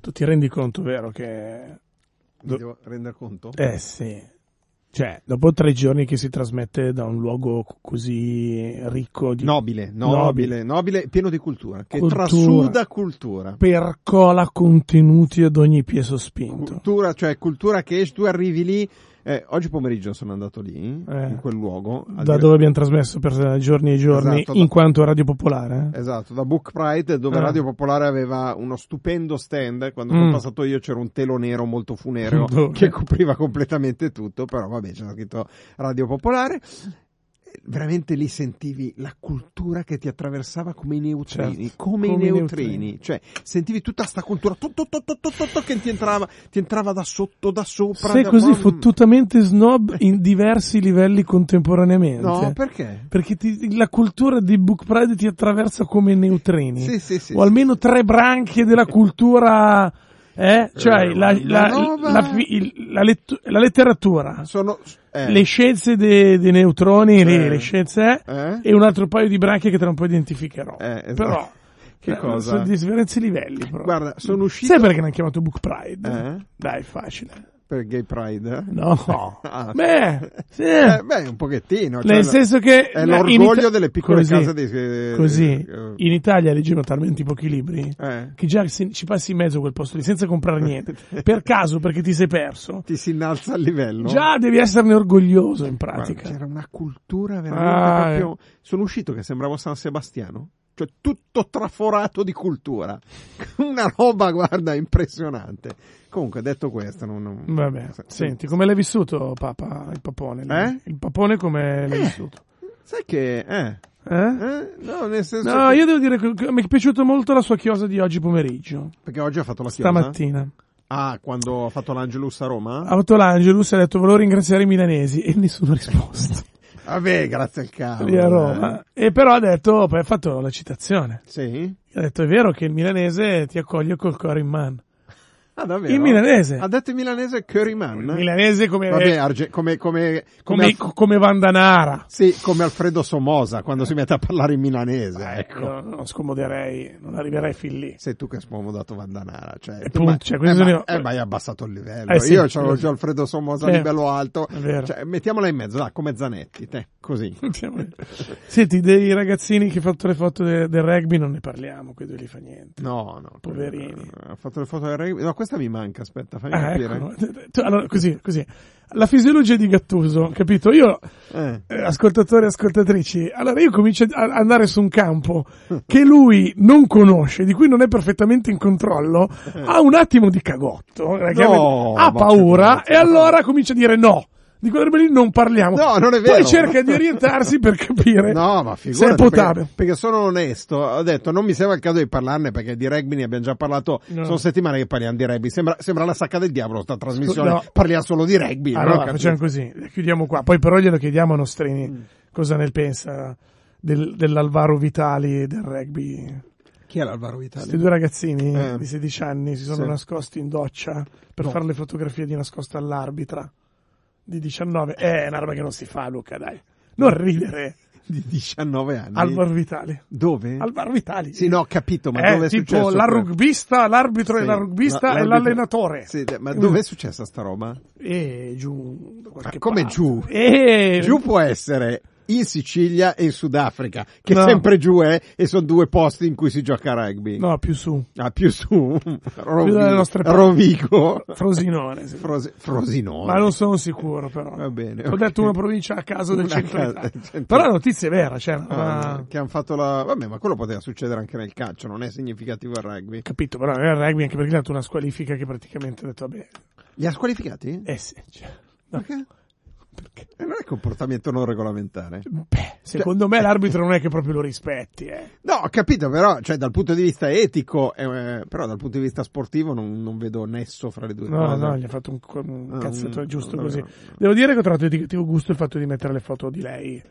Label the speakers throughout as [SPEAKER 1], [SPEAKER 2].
[SPEAKER 1] Tu ti rendi conto, vero, che...
[SPEAKER 2] Mi devo rendere conto?
[SPEAKER 1] Eh sì. Cioè, dopo tre giorni che si trasmette da un luogo c- così ricco di...
[SPEAKER 2] Nobile, nobile, nobile, pieno di cultura, che
[SPEAKER 1] Cultura.
[SPEAKER 2] trasuda cultura.
[SPEAKER 1] Percola contenuti ad ogni piezo spinto.
[SPEAKER 2] Cultura, cioè cultura che esci, tu arrivi lì. eh, oggi pomeriggio sono andato lì,
[SPEAKER 1] Eh.
[SPEAKER 2] in quel luogo. al
[SPEAKER 1] Da
[SPEAKER 2] dire-
[SPEAKER 1] dove abbiamo trasmesso per giorni e giorni
[SPEAKER 2] Esatto, da-
[SPEAKER 1] in quanto radio popolare. eh?
[SPEAKER 2] Esatto, da Book Pride, dove
[SPEAKER 1] Ah.
[SPEAKER 2] Radio Popolare aveva uno stupendo stand. Quando
[SPEAKER 1] Mm.
[SPEAKER 2] sono passato io c'era un telo nero molto funereo
[SPEAKER 1] Dove?
[SPEAKER 2] che copriva completamente tutto, però vabbè c'era scritto Radio Popolare. E Veramente lì sentivi la cultura che ti attraversava come i neutrini,
[SPEAKER 1] Certo,
[SPEAKER 2] come,
[SPEAKER 1] come
[SPEAKER 2] i
[SPEAKER 1] i
[SPEAKER 2] neutrini.
[SPEAKER 1] neutrini.
[SPEAKER 2] cioè sentivi tutta sta cultura tu, tu, tu, tu, tu, tu, tu, che ti entrava, ti entrava da sotto, da sopra.
[SPEAKER 1] Sei
[SPEAKER 2] da- Mm.
[SPEAKER 1] così
[SPEAKER 2] Mamma-
[SPEAKER 1] fottutamente snob in diversi livelli contemporaneamente.
[SPEAKER 2] No, perché?
[SPEAKER 1] Perché ti- la cultura di Book Pride ti attraversa come neutrini.
[SPEAKER 2] Sì, sì, sì.
[SPEAKER 1] o almeno tre branche della cultura, eh? cioè
[SPEAKER 2] Eh,
[SPEAKER 1] la, la-
[SPEAKER 2] la roba-
[SPEAKER 1] la fi- il- la lettu- la letteratura,
[SPEAKER 2] Sono... eh,
[SPEAKER 1] le scienze de- dei neutroni, le,
[SPEAKER 2] Eh.
[SPEAKER 1] le scienze eh,
[SPEAKER 2] eh?
[SPEAKER 1] e un altro paio di branche che tra un po' identificherò.
[SPEAKER 2] Eh, esatto.
[SPEAKER 1] Però
[SPEAKER 2] Che
[SPEAKER 1] eh,
[SPEAKER 2] cosa?
[SPEAKER 1] sono di diversi livelli. Però.
[SPEAKER 2] Guarda, sono uscito...
[SPEAKER 1] Sai perché l'hanno chiamato Book Pride?
[SPEAKER 2] Eh?
[SPEAKER 1] Dai, facile.
[SPEAKER 2] Per Gay Pride? eh?
[SPEAKER 1] No,
[SPEAKER 2] Ah.
[SPEAKER 1] beh, sì.
[SPEAKER 2] Eh, beh, un pochettino. cioè,
[SPEAKER 1] Nel senso che
[SPEAKER 2] è
[SPEAKER 1] in
[SPEAKER 2] l'orgoglio
[SPEAKER 1] Ita-
[SPEAKER 2] delle piccole
[SPEAKER 1] così,
[SPEAKER 2] case di- eh,
[SPEAKER 1] così
[SPEAKER 2] eh,
[SPEAKER 1] in Italia leggevano talmente pochi libri
[SPEAKER 2] eh,
[SPEAKER 1] che già se ci passi in mezzo a quel posto lì senza comprare niente per caso perché ti sei perso
[SPEAKER 2] ti si innalza il livello.
[SPEAKER 1] già devi esserne orgoglioso in
[SPEAKER 2] Guarda,
[SPEAKER 1] pratica
[SPEAKER 2] c'era una cultura veramente
[SPEAKER 1] Ah,
[SPEAKER 2] proprio. Sono uscito che sembravo San Sebastiano. Cioè, tutto traforato di cultura. Una roba, guarda, impressionante. Comunque, detto questo, non. non-
[SPEAKER 1] vabbè
[SPEAKER 2] se-
[SPEAKER 1] senti come l'hai vissuto papà il papone
[SPEAKER 2] Eh?
[SPEAKER 1] il papone come l'hai
[SPEAKER 2] Eh.
[SPEAKER 1] vissuto
[SPEAKER 2] Sai che. Eh,
[SPEAKER 1] eh?
[SPEAKER 2] eh, no, nel senso.
[SPEAKER 1] no
[SPEAKER 2] che-
[SPEAKER 1] io devo dire che che mi è piaciuta molto la sua chiosa di oggi pomeriggio
[SPEAKER 2] Perché oggi ha fatto la chiesa.
[SPEAKER 1] stamattina Ah.
[SPEAKER 2] Ah, quando ho fatto l'Angelus a Roma?
[SPEAKER 1] ha fatto l'Angelus e ha detto volevo ringraziare i milanesi e nessuno ha risposto
[SPEAKER 2] Vabbè, Ah, grazie al cavolo.
[SPEAKER 1] lì a
[SPEAKER 2] eh.
[SPEAKER 1] Roma e però ha detto poi ha fatto la citazione
[SPEAKER 2] Sì.
[SPEAKER 1] ha detto è vero che il milanese ti accoglie col cuore in mano
[SPEAKER 2] Ah, davvero?
[SPEAKER 1] In milanese.
[SPEAKER 2] Ha detto in milanese Curryman.
[SPEAKER 1] milanese come,
[SPEAKER 2] Vabbè, arge- come, come, come,
[SPEAKER 1] come,
[SPEAKER 2] Alf-
[SPEAKER 1] come Vandanara.
[SPEAKER 2] sì, come Alfredo Somosa quando si mette a parlare in milanese. Ecco.
[SPEAKER 1] No, non scomoderei, non arriverei fin lì.
[SPEAKER 2] Sei tu che hai scomodato Vandanara. Cioè,
[SPEAKER 1] E
[SPEAKER 2] tu
[SPEAKER 1] punto,
[SPEAKER 2] ma-
[SPEAKER 1] cioè, questo
[SPEAKER 2] eh,
[SPEAKER 1] ne
[SPEAKER 2] ma,
[SPEAKER 1] ho-
[SPEAKER 2] eh, ma hai abbassato il livello.
[SPEAKER 1] Eh, sì,
[SPEAKER 2] Io c'avevo
[SPEAKER 1] lo so.
[SPEAKER 2] già Alfredo Somosa
[SPEAKER 1] Certo,
[SPEAKER 2] livello alto.
[SPEAKER 1] è vero.
[SPEAKER 2] Cioè, mettiamola in mezzo, dai, come Zanetti, te, così.
[SPEAKER 1] Senti, dei ragazzini che fatto le foto de- del rugby non ne parliamo, quei due lì fa niente.
[SPEAKER 2] No, no.
[SPEAKER 1] Poverini.
[SPEAKER 2] Ha fatto le foto del rugby. No, questa mi manca, aspetta, fammi
[SPEAKER 1] Ah,
[SPEAKER 2] capire.
[SPEAKER 1] ecco. Tu- Allora, così, così. La fisiologia di Gattuso, capito? Io,
[SPEAKER 2] Eh.
[SPEAKER 1] eh, ascoltatori e ascoltatrici, allora io comincio ad andare su un campo che lui non conosce, di cui non è perfettamente in controllo, ha un attimo di cagotto,
[SPEAKER 2] Eh. No,
[SPEAKER 1] ha
[SPEAKER 2] ma
[SPEAKER 1] paura
[SPEAKER 2] figurati.
[SPEAKER 1] e allora comincia a dire no. Di quella roba lì non parliamo.
[SPEAKER 2] No, non è vero.
[SPEAKER 1] Poi cerca di orientarsi per capire
[SPEAKER 2] No, ma
[SPEAKER 1] se è
[SPEAKER 2] figurati,
[SPEAKER 1] potabile.
[SPEAKER 2] perché, perché sono onesto, ho detto non mi sembra il caso di parlarne perché di rugby ne abbiamo già parlato,
[SPEAKER 1] No.
[SPEAKER 2] sono settimane che parliamo di rugby, sembra, sembra la sacca del diavolo sta trasmissione,
[SPEAKER 1] No.
[SPEAKER 2] parliamo solo di rugby. non ho
[SPEAKER 1] Ah, Allora
[SPEAKER 2] capito.
[SPEAKER 1] facciamo così, chiudiamo qua, poi però glielo chiediamo a Nostrini
[SPEAKER 2] Mm.
[SPEAKER 1] cosa ne pensa del- dell'Alvaro Vitali e del rugby.
[SPEAKER 2] Chi è l'Alvaro
[SPEAKER 1] Questi
[SPEAKER 2] Vitale?
[SPEAKER 1] due ragazzini
[SPEAKER 2] Eh.
[SPEAKER 1] di 16 anni si sono
[SPEAKER 2] Sì.
[SPEAKER 1] nascosti in doccia per
[SPEAKER 2] No.
[SPEAKER 1] fare le fotografie di nascosto all'arbitra di 19. Eh, è una roba che non si fa, Luca, dai. Non ridere.
[SPEAKER 2] Di 19 anni.
[SPEAKER 1] Alvaro Vitali.
[SPEAKER 2] Dove?
[SPEAKER 1] Alvaro Vitali.
[SPEAKER 2] Sì, no, ho capito, ma
[SPEAKER 1] Eh,
[SPEAKER 2] dove è
[SPEAKER 1] tipo
[SPEAKER 2] successo?
[SPEAKER 1] la
[SPEAKER 2] quello?
[SPEAKER 1] rugbista, l'arbitro e
[SPEAKER 2] Sì,
[SPEAKER 1] la rugbista
[SPEAKER 2] la-
[SPEAKER 1] e
[SPEAKER 2] l'arbitro-
[SPEAKER 1] l'allenatore.
[SPEAKER 2] Sì, ma dove è successa sta roba?
[SPEAKER 1] E giù. da qualche
[SPEAKER 2] Ma come
[SPEAKER 1] parte.
[SPEAKER 2] giù?
[SPEAKER 1] Eh,
[SPEAKER 2] Giù può essere in Sicilia e in Sudafrica, che
[SPEAKER 1] No.
[SPEAKER 2] sempre giù è e sono due posti in cui si gioca a rugby.
[SPEAKER 1] No, più su.
[SPEAKER 2] Ah, più su, Rovi-
[SPEAKER 1] dalle nostre parti.
[SPEAKER 2] Rovigo,
[SPEAKER 1] Frosinone. sì.
[SPEAKER 2] Fros- Frosinone.
[SPEAKER 1] Ma non sono sicuro, però.
[SPEAKER 2] Va bene,
[SPEAKER 1] Ho
[SPEAKER 2] ok.
[SPEAKER 1] detto una provincia a caso del
[SPEAKER 2] Una
[SPEAKER 1] centro.
[SPEAKER 2] casa-
[SPEAKER 1] Italia.
[SPEAKER 2] centro-
[SPEAKER 1] Però la notizia è vera, cioè.
[SPEAKER 2] Ah,
[SPEAKER 1] ma-
[SPEAKER 2] Che hanno fatto la... Vabbè, ma quello poteva succedere anche nel calcio, non è significativo il rugby.
[SPEAKER 1] Capito, però era il rugby anche perché ha dato una squalifica che praticamente ha detto, vabbè,
[SPEAKER 2] Li ha squalificati?
[SPEAKER 1] eh sì, cioè, no,
[SPEAKER 2] Perché?
[SPEAKER 1] perché?
[SPEAKER 2] Eh, non è comportamento non regolamentare.
[SPEAKER 1] Beh, secondo me l'arbitro non è che proprio lo rispetti, eh.
[SPEAKER 2] No, ho capito, però, cioè, dal punto di vista etico, eh, però dal punto di vista sportivo non, non vedo nesso fra le due
[SPEAKER 1] No,
[SPEAKER 2] cose.
[SPEAKER 1] no, gli ha fatto un, co- un
[SPEAKER 2] Ah,
[SPEAKER 1] cazzetto
[SPEAKER 2] un-
[SPEAKER 1] giusto
[SPEAKER 2] no,
[SPEAKER 1] così.
[SPEAKER 2] no, no.
[SPEAKER 1] Devo dire che ho trovato di cattivo gusto il fatto di mettere le foto di lei,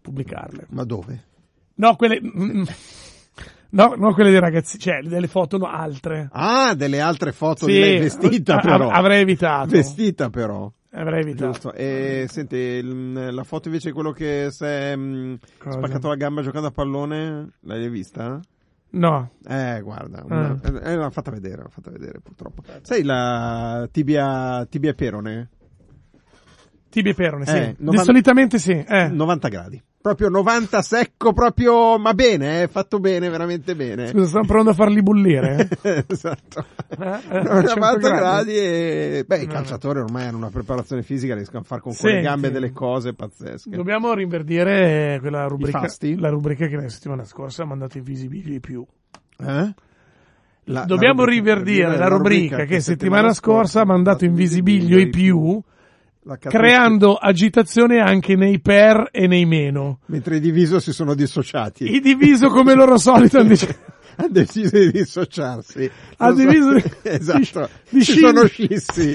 [SPEAKER 1] pubblicarle.
[SPEAKER 2] Ma dove?
[SPEAKER 1] No, quelle... mm, No, no, quelle dei ragazzi, cioè delle foto no, altre.
[SPEAKER 2] Ah, delle altre foto
[SPEAKER 1] Sì, Ah,
[SPEAKER 2] di lei vestita,
[SPEAKER 1] av-
[SPEAKER 2] però.
[SPEAKER 1] avrei evitato.
[SPEAKER 2] Vestita, però.
[SPEAKER 1] Avrei evitato.
[SPEAKER 2] Giusto. E senti, il- la foto invece di quello che si è mm, mh,
[SPEAKER 1] Cosa?
[SPEAKER 2] spaccato la gamba giocando a pallone, l'hai vista?
[SPEAKER 1] No,
[SPEAKER 2] Eh, guarda,
[SPEAKER 1] Ah.
[SPEAKER 2] una- eh, l'ha fatta vedere, l'ha fatta vedere purtroppo. Sai la tibia, tibia perone?
[SPEAKER 1] tibia e perone, sì.
[SPEAKER 2] Eh,
[SPEAKER 1] Di
[SPEAKER 2] 90
[SPEAKER 1] solitamente sì. Eh.
[SPEAKER 2] 90 gradi. Proprio 90 secco, proprio, ma bene, eh, fatto bene, veramente bene.
[SPEAKER 1] Scusa, stanno provando a farli bollire.
[SPEAKER 2] esatto.
[SPEAKER 1] Eh? Eh,
[SPEAKER 2] 90 gradi,
[SPEAKER 1] 100 gradi Eh.
[SPEAKER 2] e... Beh, i
[SPEAKER 1] No.
[SPEAKER 2] calciatori ormai hanno una preparazione fisica, riescono a fare con quelle
[SPEAKER 1] Senti.
[SPEAKER 2] gambe delle cose pazzesche.
[SPEAKER 1] Dobbiamo rinverdire eh, quella rubrica,
[SPEAKER 2] fasti?
[SPEAKER 1] la rubrica che la settimana scorsa ha mandato i visibili di più.
[SPEAKER 2] Eh? Ah, La-
[SPEAKER 1] Dobbiamo
[SPEAKER 2] la rubrica-
[SPEAKER 1] rinverdire la rubrica che settimana scorsa ha mandato in visibilio i più,
[SPEAKER 2] la Cattolica-
[SPEAKER 1] creando agitazione anche nei per e nei meno.
[SPEAKER 2] Mentre i diviso si sono dissociati.
[SPEAKER 1] I diviso come loro solito hanno deciso.
[SPEAKER 2] ha deciso di dissociarsi.
[SPEAKER 1] Ha
[SPEAKER 2] Non so-
[SPEAKER 1] deciso di-
[SPEAKER 2] esatto.
[SPEAKER 1] di
[SPEAKER 2] si
[SPEAKER 1] scind-
[SPEAKER 2] sono scissi.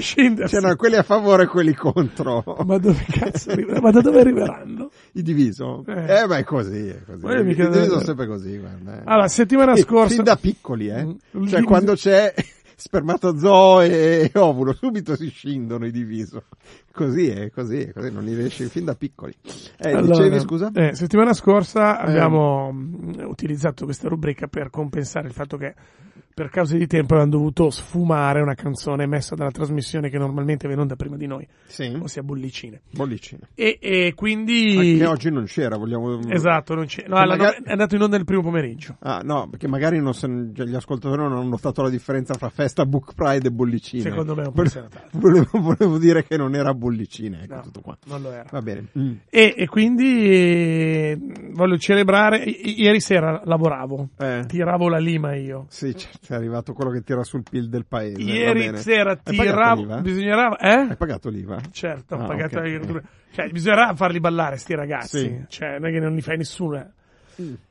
[SPEAKER 1] scindersi.
[SPEAKER 2] C'erano quelli a favore e quelli contro.
[SPEAKER 1] Ma dove cazzo arriva- Ma da dove arriveranno?
[SPEAKER 2] I diviso?
[SPEAKER 1] Eh.
[SPEAKER 2] Eh, ma è così, è così.
[SPEAKER 1] Ma io
[SPEAKER 2] I
[SPEAKER 1] mica-
[SPEAKER 2] diviso sono sempre così, guarda. eh.
[SPEAKER 1] Allora, settimana
[SPEAKER 2] Sì,
[SPEAKER 1] scorsa.
[SPEAKER 2] Fin da piccoli, eh.
[SPEAKER 1] Mm.
[SPEAKER 2] Cioè, quando c'è spermatozoo e e ovulo, subito si scindono i diviso. Così è, così è, così non li riesci fin da piccoli. Eh,
[SPEAKER 1] Allora,
[SPEAKER 2] dicevi, scusa? Eh.
[SPEAKER 1] eh, settimana scorsa abbiamo mh, utilizzato questa rubrica per compensare il fatto che per cause di tempo avevamo dovuto sfumare una canzone messa dalla trasmissione che normalmente viene onda prima di noi,
[SPEAKER 2] Sì.
[SPEAKER 1] ossia Bollicine.
[SPEAKER 2] Bollicine.
[SPEAKER 1] E, e quindi...
[SPEAKER 2] Mm. Anche oggi non c'era, vogliamo...
[SPEAKER 1] Esatto, non c'è. No,
[SPEAKER 2] Che
[SPEAKER 1] alla-
[SPEAKER 2] magari-
[SPEAKER 1] è andato in onda il primo pomeriggio.
[SPEAKER 2] Ah, no, perché magari non san- cioè, gli ascoltatori non hanno notato la differenza tra festa, book pride e bollicine.
[SPEAKER 1] Secondo me non può
[SPEAKER 2] Vole-
[SPEAKER 1] essere tanto.
[SPEAKER 2] volevo, volevo dire che non era bollicine, ecco
[SPEAKER 1] No,
[SPEAKER 2] tutto qua.
[SPEAKER 1] non lo era.
[SPEAKER 2] Va bene. Mm.
[SPEAKER 1] E, e quindi eh, voglio celebrare. I- i- ieri sera lavoravo,
[SPEAKER 2] Eh.
[SPEAKER 1] tiravo la lima io.
[SPEAKER 2] Sì, certo, è arrivato quello che tira sul PIL del paese. va
[SPEAKER 1] Ieri
[SPEAKER 2] bene.
[SPEAKER 1] sera
[SPEAKER 2] Hai pagato l'IVA?
[SPEAKER 1] tiravo. Bisognava. Eh?
[SPEAKER 2] Hai pagato l'IVA?
[SPEAKER 1] Certo, ho
[SPEAKER 2] Ah,
[SPEAKER 1] pagato
[SPEAKER 2] ok.
[SPEAKER 1] l'agricoltura. Cioè, bisognerà farli ballare sti ragazzi.
[SPEAKER 2] Sì.
[SPEAKER 1] Cioè, non è che non li fai nessuno.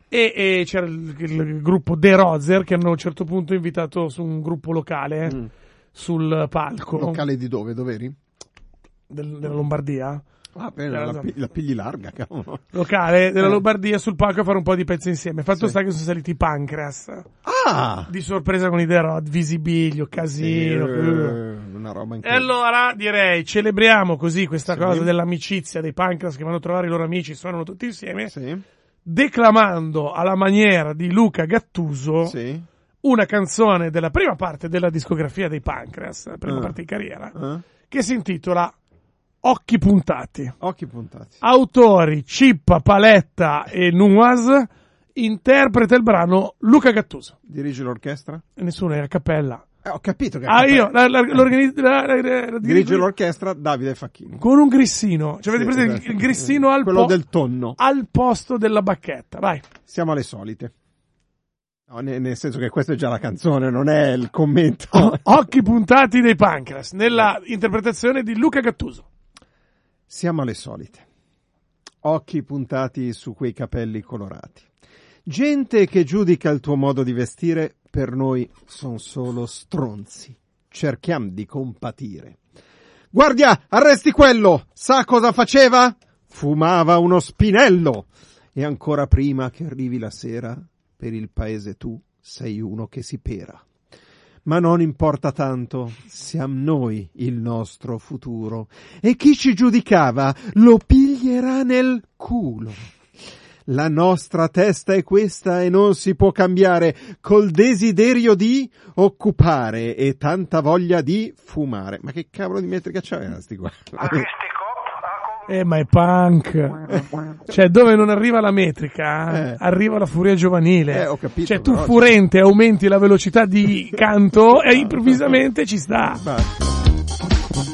[SPEAKER 1] E, e c'era il, il gruppo De Rozer che hanno a un certo punto invitato su un gruppo locale
[SPEAKER 2] Mm.
[SPEAKER 1] sul palco
[SPEAKER 2] Locale di dove? Dov'eri?
[SPEAKER 1] del- della Lombardia.
[SPEAKER 2] Ah, bene,
[SPEAKER 1] Era-
[SPEAKER 2] la, pi- la pigli larga, cavolo.
[SPEAKER 1] Locale della
[SPEAKER 2] Eh.
[SPEAKER 1] Lombardia sul palco a fare un po' di pezzi insieme. Fatto
[SPEAKER 2] Sì.
[SPEAKER 1] sta che sono saliti i Pancras.
[SPEAKER 2] Ah!
[SPEAKER 1] Di sorpresa con i The Rod, visibilio, casino.
[SPEAKER 2] Eh,
[SPEAKER 1] eh.
[SPEAKER 2] una
[SPEAKER 1] E
[SPEAKER 2] roba incredibile.
[SPEAKER 1] allora direi celebriamo così questa
[SPEAKER 2] Sì.
[SPEAKER 1] cosa dell'amicizia dei Pancras che vanno a trovare i loro amici, suonano tutti insieme,
[SPEAKER 2] Sì,
[SPEAKER 1] declamando alla maniera di Luca Gattuso
[SPEAKER 2] sì.
[SPEAKER 1] una canzone della prima parte della discografia dei Pancras, prima
[SPEAKER 2] Ah.
[SPEAKER 1] parte di carriera,
[SPEAKER 2] Eh?
[SPEAKER 1] che si intitola Occhi puntati.
[SPEAKER 2] Occhi puntati.
[SPEAKER 1] Autori Cippa, Paletta e Nuas, interpreta il brano Luca Gattuso.
[SPEAKER 2] Dirigi l'orchestra?
[SPEAKER 1] E Nessuno era a cappella.
[SPEAKER 2] Eh, ho capito che...
[SPEAKER 1] Ah, io la, la- l'organizz- la- la- la- la-
[SPEAKER 2] Dirige l'orchestra Davide Facchini.
[SPEAKER 1] con un grissino. Cioè, avete
[SPEAKER 2] Sì,
[SPEAKER 1] preso
[SPEAKER 2] esatto.
[SPEAKER 1] il grissino al,
[SPEAKER 2] Quello
[SPEAKER 1] po-
[SPEAKER 2] del tonno.
[SPEAKER 1] al posto della bacchetta. Vai.
[SPEAKER 2] Siamo alle solite. No, ne- nel senso che questa è già la canzone, non è il commento.
[SPEAKER 1] Occhi puntati dei pancras nella interpretazione di Luca Gattuso.
[SPEAKER 2] Siamo alle solite. Occhi puntati su quei capelli colorati. Gente che giudica il tuo modo di vestire, per noi son solo stronzi. Cerchiamo di compatire. Guardia, arresti quello! Sa cosa faceva? Fumava uno spinello! E ancora prima che arrivi la sera, per il paese tu sei uno che si pera. Ma non importa tanto, siamo noi il nostro futuro. E chi ci giudicava lo piglierà nel culo. La nostra testa è questa e non si può cambiare col desiderio di occupare e tanta voglia di fumare. Ma che cavolo di metrica c'aveva sti qua?
[SPEAKER 1] Ah, Eh, ma è punk. Cioè, dove non arriva la metrica,
[SPEAKER 2] Eh.
[SPEAKER 1] arriva la furia giovanile.
[SPEAKER 2] Eh, ho capito,
[SPEAKER 1] cioè, tu
[SPEAKER 2] però-
[SPEAKER 1] furente aumenti la velocità di canto e
[SPEAKER 2] esatto.
[SPEAKER 1] improvvisamente ci sta.
[SPEAKER 2] Basta.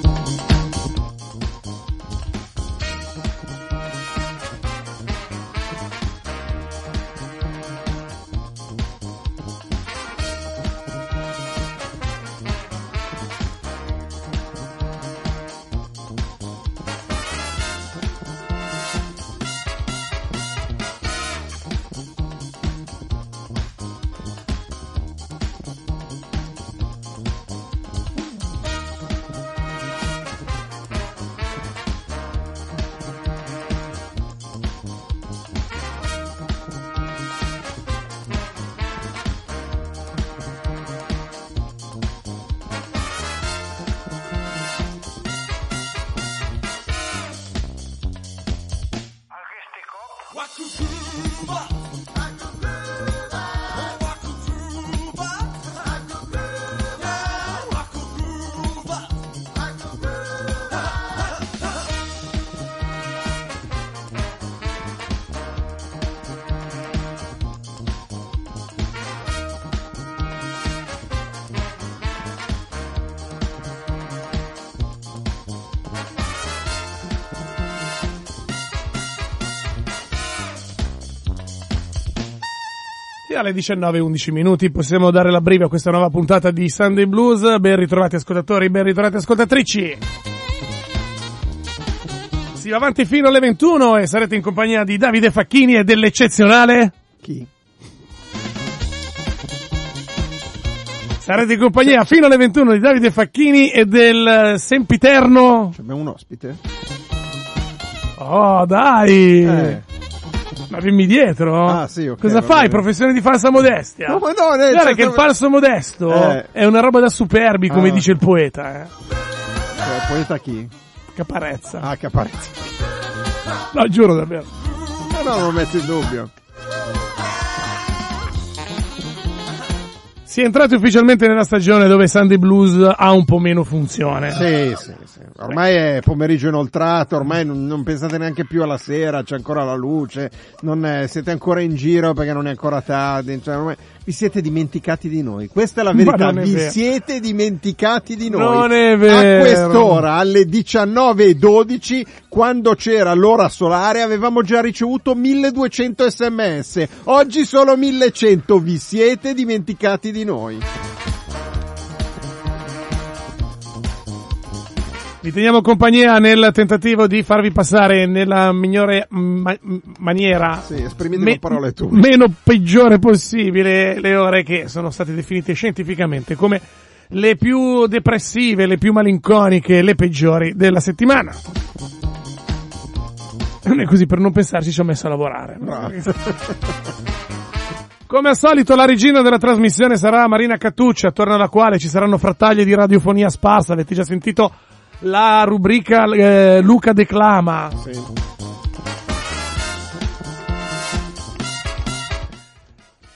[SPEAKER 1] alle 19.11 minuti possiamo dare la briva a questa nuova puntata di Sunday Blues. Ben ritrovati ascoltatori, ben ritrovati ascoltatrici. Si va avanti fino alle 21 e sarete in compagnia di Davide Facchini e dell'eccezionale.
[SPEAKER 2] Chi?
[SPEAKER 1] Sarete in compagnia fino alle 21 di Davide Facchini e del sempiterno.
[SPEAKER 2] Cioè, abbiamo un ospite?
[SPEAKER 1] Oh, dai!
[SPEAKER 2] Eh.
[SPEAKER 1] Ma vimmi dietro?
[SPEAKER 2] Ah, sì, ok,
[SPEAKER 1] Cosa
[SPEAKER 2] va
[SPEAKER 1] fai?
[SPEAKER 2] bene.
[SPEAKER 1] Professione di falsa modestia?
[SPEAKER 2] No, ma no, eh,
[SPEAKER 1] Guarda
[SPEAKER 2] cioè,
[SPEAKER 1] che il
[SPEAKER 2] dove-
[SPEAKER 1] falso modesto
[SPEAKER 2] Eh.
[SPEAKER 1] è una roba da superbi, come
[SPEAKER 2] Ah.
[SPEAKER 1] dice il poeta, eh.
[SPEAKER 2] Cioè, poeta chi?
[SPEAKER 1] Caparezza.
[SPEAKER 2] Ah, Caparezza.
[SPEAKER 1] No, giuro davvero.
[SPEAKER 2] No, no, non lo metto in dubbio.
[SPEAKER 1] Si è entrati ufficialmente nella stagione dove Sunday Blues ha un po' meno funzione.
[SPEAKER 2] Sì, sì, sì. Ormai è pomeriggio inoltrato, ormai non, non pensate neanche più alla sera, c'è ancora la luce, non è- siete ancora in giro perché non è ancora tardi, cioè ormai vi siete dimenticati di noi. Questa è la
[SPEAKER 1] Ma
[SPEAKER 2] verità,
[SPEAKER 1] non è
[SPEAKER 2] vi
[SPEAKER 1] vero.
[SPEAKER 2] siete dimenticati di noi.
[SPEAKER 1] Non è vero.
[SPEAKER 2] A quest'ora, alle 19.12, quando c'era l'ora solare, avevamo già ricevuto 1200 sms, oggi solo 1100, vi siete dimenticati di noi.
[SPEAKER 1] Vi teniamo compagnia nel tentativo di farvi passare nella migliore ma- maniera
[SPEAKER 2] Sì, esprimete
[SPEAKER 1] me-
[SPEAKER 2] con parole tue.
[SPEAKER 1] meno peggiore possibile le ore che sono state definite scientificamente come le più depressive, le più malinconiche, le peggiori della settimana. Non è così, per non pensarci ci ho messo a lavorare. Come al solito la regina della trasmissione sarà Marina Cattuccia, attorno alla quale ci saranno frattaglie di radiofonia sparsa. Avete già sentito la rubrica eh, Luca declama.
[SPEAKER 2] Sì.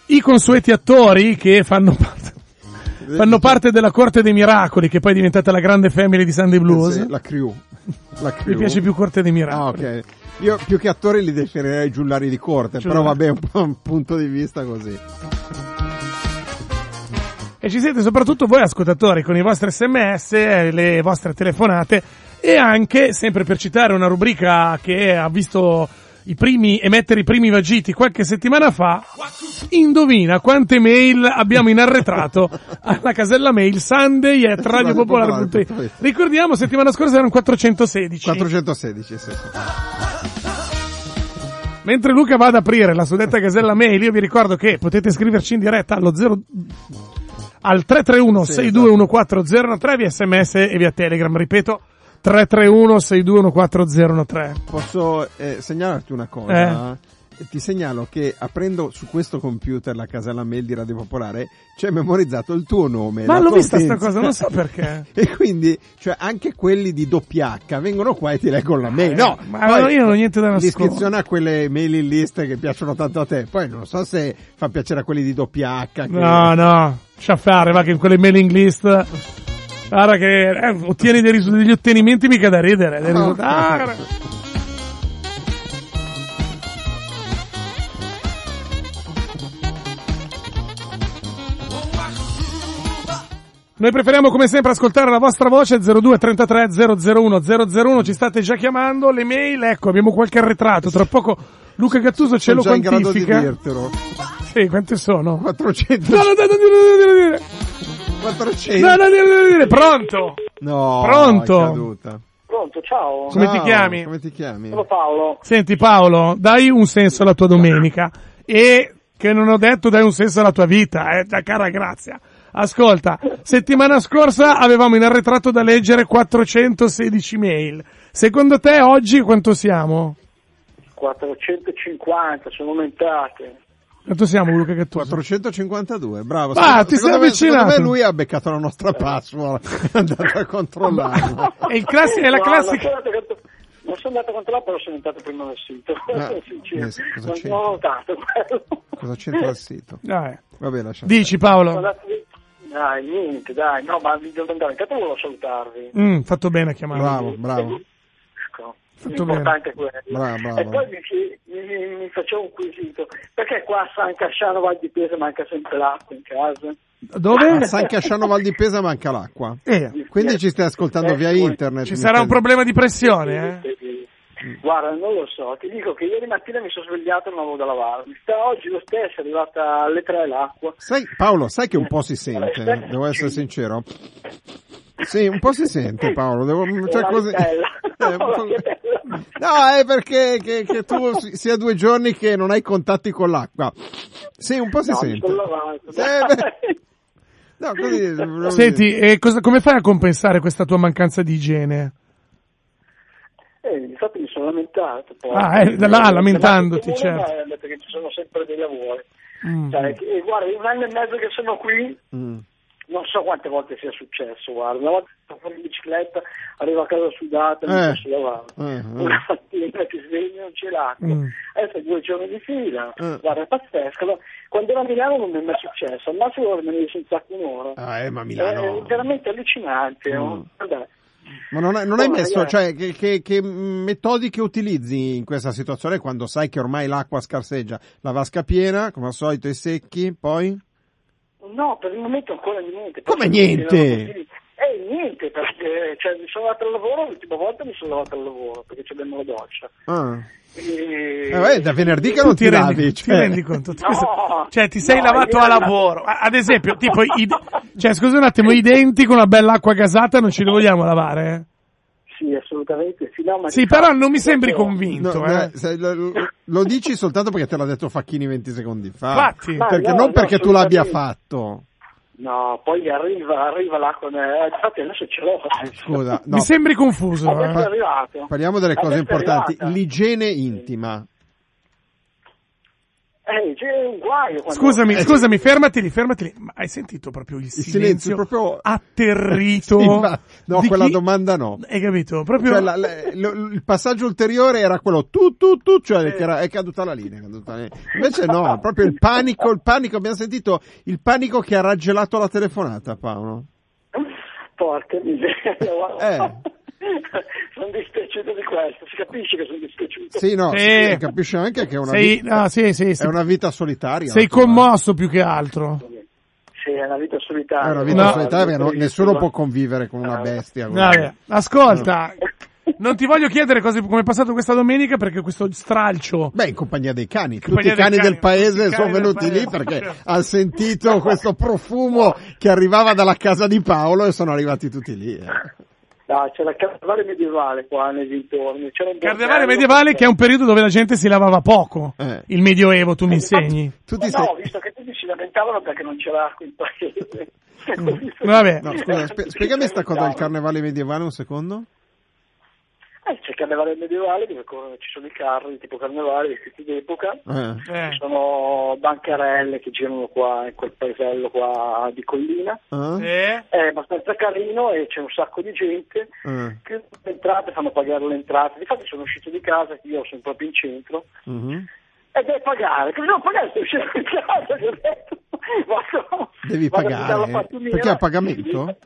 [SPEAKER 1] I consueti attori che fanno parte, fanno parte della Corte dei Miracoli, che poi è diventata la grande family di Sunday Blues.
[SPEAKER 2] Eh Sì, la crew. La crew.
[SPEAKER 1] Mi piace più Corte dei
[SPEAKER 2] Ah,
[SPEAKER 1] Miracoli.
[SPEAKER 2] ok. Io più che attori li definirei giullari di corte,
[SPEAKER 1] Giullari.
[SPEAKER 2] però vabbè, un po' un punto di vista così.
[SPEAKER 1] E ci siete soprattutto voi ascoltatori con i vostri sms, eh, le vostre telefonate e anche, sempre per citare una rubrica che ha visto i primi emettere i primi vagiti qualche settimana fa, indovina quante mail abbiamo in arretrato alla casella mail sunday at radiopopolare.it. Ricordiamo, settimana scorsa erano 416.
[SPEAKER 2] 416, sì, sì.
[SPEAKER 1] Mentre Luca va ad aprire la suddetta casella mail, io vi ricordo che potete scriverci in diretta allo 0 al 331 6214013 via SMS e via Telegram, ripeto 331 6214013.
[SPEAKER 2] Posso eh, segnalarti una
[SPEAKER 1] Eh.
[SPEAKER 2] cosa? Ti segnalo che aprendo su questo computer la casella mail di Radio Popolare c'è memorizzato il tuo nome.
[SPEAKER 1] Ma
[SPEAKER 2] la
[SPEAKER 1] l'ho
[SPEAKER 2] tua
[SPEAKER 1] vista sta
[SPEAKER 2] utenza.
[SPEAKER 1] cosa, non so perché.
[SPEAKER 2] E quindi, cioè, anche quelli di doppia H vengono qua e ti leggono la mail. No,
[SPEAKER 1] Eh, Ma allora io non ho niente da nascondere.
[SPEAKER 2] L'iscrizione a quelle mail in list che piacciono tanto a te. Poi non so se fa piacere a quelli di doppia H. Che...
[SPEAKER 1] No, no, lascia fare, va che in quelle mailing list guarda che eh, ottieni dei risu- degli ottenimenti mica da ridere, dei
[SPEAKER 2] No.
[SPEAKER 1] risu- ah, guarda. Noi preferiamo come sempre ascoltare la vostra voce 02 33 001 001, ci state già chiamando, le mail, ecco, abbiamo qualche arretrato, tra poco Luca Gattuso ce
[SPEAKER 2] Sono
[SPEAKER 1] lo
[SPEAKER 2] già in grado di
[SPEAKER 1] quantifica.
[SPEAKER 2] dirtelo.
[SPEAKER 1] Sì, quante sono?
[SPEAKER 2] 400.
[SPEAKER 1] No, no, no, no, no, no, no, no, no.
[SPEAKER 2] 400.
[SPEAKER 1] No, no, no, no, no, no, pronto?
[SPEAKER 2] No,
[SPEAKER 1] Pronto?
[SPEAKER 2] è caduta.
[SPEAKER 3] Pronto, ciao.
[SPEAKER 1] Come ti
[SPEAKER 2] Ciao,
[SPEAKER 1] chiami?
[SPEAKER 2] Come ti chiami?
[SPEAKER 3] Sono Paolo.
[SPEAKER 1] Senti Paolo, dai un senso alla tua domenica e che non ho detto dai un senso alla tua vita, eh, da cara grazia. Ascolta, settimana scorsa avevamo in arretrato da leggere 416 mail. Secondo te oggi quanto siamo?
[SPEAKER 3] 450 sono aumentate.
[SPEAKER 1] Quanto siamo Luca che tu?
[SPEAKER 2] 452, bravo.
[SPEAKER 1] Ah,
[SPEAKER 2] Secondo-
[SPEAKER 1] ti sei
[SPEAKER 2] secondo me-
[SPEAKER 1] avvicinato.
[SPEAKER 2] Secondo me lui ha beccato la nostra password. È andato a controllarla.
[SPEAKER 1] È, il classi- è la
[SPEAKER 3] No,
[SPEAKER 1] classica...
[SPEAKER 3] Non sono, andato, non sono andato contro la, però sono entrato prima nel sito.
[SPEAKER 2] Ma-
[SPEAKER 3] Sono sincero.
[SPEAKER 2] eh, cosa
[SPEAKER 3] non,
[SPEAKER 2] c'entra?
[SPEAKER 3] non ho notato quello.
[SPEAKER 2] Cosa c'entra il sito?
[SPEAKER 1] Dai,
[SPEAKER 2] Vabbè, lasciamo.
[SPEAKER 1] Ah, eh. dici Paolo.
[SPEAKER 3] Guardate- Dai, niente, dai, no, ma vi devo andare. Intanto volevo salutarvi.
[SPEAKER 1] Mm, fatto bene a chiamarlo.
[SPEAKER 2] Bravo, bravo.
[SPEAKER 3] Ecco,
[SPEAKER 1] Fatto
[SPEAKER 3] L'importante è quello.
[SPEAKER 2] Brava, brava.
[SPEAKER 3] E poi mi, chie- mi, mi facevo un quesito. Perché qua a San Casciano va di Pesa manca sempre l'acqua in casa?
[SPEAKER 2] A
[SPEAKER 1] Dove?
[SPEAKER 2] San Casciano Val di Pesa manca l'acqua.
[SPEAKER 1] Eh,
[SPEAKER 2] Quindi ci stai ascoltando via internet.
[SPEAKER 1] ci
[SPEAKER 2] mi
[SPEAKER 1] sarà un
[SPEAKER 2] stai-
[SPEAKER 1] problema di pressione, eh?
[SPEAKER 3] Guarda, non lo so, ti dico che ieri mattina mi sono svegliato e non avevo da lavarmi. Sta oggi lo stesso, è arrivata alle tre l'acqua.
[SPEAKER 2] Sai, Paolo, sai che un po' si sente,
[SPEAKER 3] Vabbè,
[SPEAKER 2] devo essere sincero. Sì, un po' si sente Paolo, devo, cioè,
[SPEAKER 3] La
[SPEAKER 2] cose-
[SPEAKER 3] vitella.
[SPEAKER 2] Eh, un po'-
[SPEAKER 3] La vitella.
[SPEAKER 2] No, è perché che, che tu si- sia due giorni che non hai contatti con l'acqua. Sì, un po' si
[SPEAKER 3] No, mi
[SPEAKER 2] sente.
[SPEAKER 3] sono lavato.
[SPEAKER 2] Eh, beh. No, così, volevo
[SPEAKER 1] Senti,
[SPEAKER 2] dire.
[SPEAKER 1] e cosa- come fai a compensare questa tua mancanza di igiene?
[SPEAKER 3] Eh, infatti mi sono lamentato poi.
[SPEAKER 1] Ah, eh, da là, lamentandoti,
[SPEAKER 3] Ma comune,
[SPEAKER 1] certo.
[SPEAKER 3] ma, eh, Perché ci sono sempre dei lavori.
[SPEAKER 1] Mm.
[SPEAKER 3] Cioè, che- eh, guarda, un anno e mezzo che sono qui,
[SPEAKER 2] Mm.
[SPEAKER 3] non so quante volte sia successo, guarda. Una volta sono fuori in bicicletta, arrivo a casa sudata, mi
[SPEAKER 2] Eh.
[SPEAKER 3] posso lavare.
[SPEAKER 2] Eh, eh.
[SPEAKER 3] Una mattina ti sveglio, non c'è l'acqua.
[SPEAKER 1] Mm.
[SPEAKER 3] Adesso due giorni di fila,
[SPEAKER 2] Eh.
[SPEAKER 3] guarda, è pazzesco. No, Quando ero a Milano non mi è mai successo, al massimo rimanevo senza un'ora.
[SPEAKER 2] Ah, eh, ma
[SPEAKER 3] È
[SPEAKER 2] Milano.
[SPEAKER 3] veramente allucinante. oh. no? Guarda,
[SPEAKER 2] Ma non, hai- non hai
[SPEAKER 3] Oh,
[SPEAKER 2] messo,
[SPEAKER 3] ragazzi.
[SPEAKER 2] cioè, che, che, che metodi che utilizzi in questa situazione quando sai che ormai l'acqua scarseggia? La vasca piena, come al solito, i secchi, poi?
[SPEAKER 3] No, per il momento ancora niente.
[SPEAKER 2] Come
[SPEAKER 3] Poi-
[SPEAKER 2] niente?
[SPEAKER 3] Eh, niente, perché cioè, mi sono andato al lavoro, l'ultima volta mi sono andato al lavoro, perché ci abbiamo la doccia.
[SPEAKER 2] Ah. Eh,
[SPEAKER 3] E...
[SPEAKER 2] beh, da venerdì che non ti,
[SPEAKER 1] rendi,
[SPEAKER 2] lavi.
[SPEAKER 1] ti
[SPEAKER 2] cioè.
[SPEAKER 1] rendi conto?
[SPEAKER 3] No,
[SPEAKER 1] Scusa, cioè, ti sei
[SPEAKER 3] no,
[SPEAKER 1] lavato
[SPEAKER 3] io-
[SPEAKER 1] a lavoro. A- Ad esempio, tipo, i, cioè, scusa un attimo, i denti con una bella acqua gasata non ce li vogliamo lavare? eh?
[SPEAKER 3] Sì, assolutamente. Sì, no, ma
[SPEAKER 1] Sì,
[SPEAKER 3] di fatto-
[SPEAKER 1] però non mi sembri
[SPEAKER 2] No,
[SPEAKER 1] convinto, eh.
[SPEAKER 2] eh, se- lo, lo dici soltanto perché te l'ha detto Facchini 20 secondi fa.
[SPEAKER 1] Infatti.
[SPEAKER 3] Ma
[SPEAKER 2] Perché
[SPEAKER 3] Ah, no,
[SPEAKER 2] non
[SPEAKER 3] no,
[SPEAKER 2] perché tu l'abbia
[SPEAKER 3] assolutamente.
[SPEAKER 2] fatto.
[SPEAKER 3] No, poi arriva, arriva l'acqua. eh, Infatti adesso ce l'ho.
[SPEAKER 2] Eh, Scusa, no,
[SPEAKER 1] Mi sembri confuso,
[SPEAKER 3] Adesso è
[SPEAKER 1] eh.
[SPEAKER 3] arrivato.
[SPEAKER 2] parliamo delle cose
[SPEAKER 3] Adesso è
[SPEAKER 2] importanti.
[SPEAKER 3] arrivata.
[SPEAKER 2] L'igiene intima.
[SPEAKER 3] Eh, c'è un guaio. quando-
[SPEAKER 1] Scusami,
[SPEAKER 3] Eh,
[SPEAKER 1] scusami, fermati lì, fermati lì. Ma hai sentito proprio il
[SPEAKER 2] silenzio
[SPEAKER 1] silenzio,
[SPEAKER 2] proprio-
[SPEAKER 1] atterrito?
[SPEAKER 2] Sì, ma- no,
[SPEAKER 1] di
[SPEAKER 2] quella
[SPEAKER 1] chi-
[SPEAKER 2] domanda no.
[SPEAKER 1] Hai capito? Proprio...
[SPEAKER 2] Cioè, la- la- lo- il passaggio ulteriore era quello tu tu tu, cioè che era, è caduta la linea. è caduta la linea. Invece no, proprio il panico, il panico, abbiamo sentito il panico che ha raggelato la telefonata, Paolo.
[SPEAKER 3] Porca miseria, guarda.
[SPEAKER 2] Eh.
[SPEAKER 3] sono dispiaciuto di questo, si capisce che sono dispiaciuto.
[SPEAKER 2] Sì, no,
[SPEAKER 1] Sì.
[SPEAKER 2] sì, capisce anche che è una,
[SPEAKER 1] sei...
[SPEAKER 2] vita,
[SPEAKER 1] ah, sì, sì, sì.
[SPEAKER 2] è una vita solitaria.
[SPEAKER 1] Sei
[SPEAKER 2] naturalmente.
[SPEAKER 1] commosso più che altro.
[SPEAKER 3] Sì, è una vita solitaria.
[SPEAKER 2] È una vita
[SPEAKER 1] No.
[SPEAKER 2] solitaria perché no- nessuno può convivere con una
[SPEAKER 3] Ah.
[SPEAKER 2] bestia. così.
[SPEAKER 1] Vabbè, ascolta, non ti voglio chiedere cose come è passato questa domenica perché questo stralcio.
[SPEAKER 2] Beh, in compagnia dei cani, tutti
[SPEAKER 1] compagnia
[SPEAKER 2] i cani
[SPEAKER 1] dei cani,
[SPEAKER 2] del paese
[SPEAKER 1] tutti i
[SPEAKER 2] sono
[SPEAKER 1] cani del
[SPEAKER 2] venuti lì
[SPEAKER 1] paese.
[SPEAKER 2] perché hanno sentito questo profumo che arrivava dalla casa di Paolo e sono arrivati tutti lì. eh.
[SPEAKER 3] No, c'è la carnevale medievale qua nei dintorni. C'era un
[SPEAKER 1] Carnevale
[SPEAKER 3] bordello-
[SPEAKER 1] medievale che è un periodo dove la gente si lavava poco.
[SPEAKER 2] Eh.
[SPEAKER 1] Il medioevo, tu mi
[SPEAKER 3] Eh, infatti-
[SPEAKER 1] insegni.
[SPEAKER 2] Tu ti
[SPEAKER 3] Eh
[SPEAKER 2] sei-
[SPEAKER 3] No, visto che tutti si lamentavano perché non c'era acqua in paese.
[SPEAKER 1] Vabbè.
[SPEAKER 2] Mm. No, scusa, spe- spiegami sta cosa del carnevale medievale un secondo.
[SPEAKER 3] Eh, c'è il carnevale medievale dove corrono- ci sono i carri tipo carnevale vestiti d'epoca.
[SPEAKER 2] Eh.
[SPEAKER 1] Eh.
[SPEAKER 3] Ci sono bancarelle che girano qua in quel paesello qua di collina.
[SPEAKER 2] Eh?
[SPEAKER 1] Eh?
[SPEAKER 3] È abbastanza carino e c'è un sacco di gente
[SPEAKER 2] Eh.
[SPEAKER 3] che sono entrate fanno pagare le entrate. Infatti sono uscito di casa, io sono proprio in centro,
[SPEAKER 2] Mhm.
[SPEAKER 3] e devo pagare. Che devo pagare se uscito di casa? Gli ho detto, vado-
[SPEAKER 2] Devi
[SPEAKER 3] vado a
[SPEAKER 2] pagare?
[SPEAKER 3] buttare la fatturina.
[SPEAKER 2] Perché è a pagamento?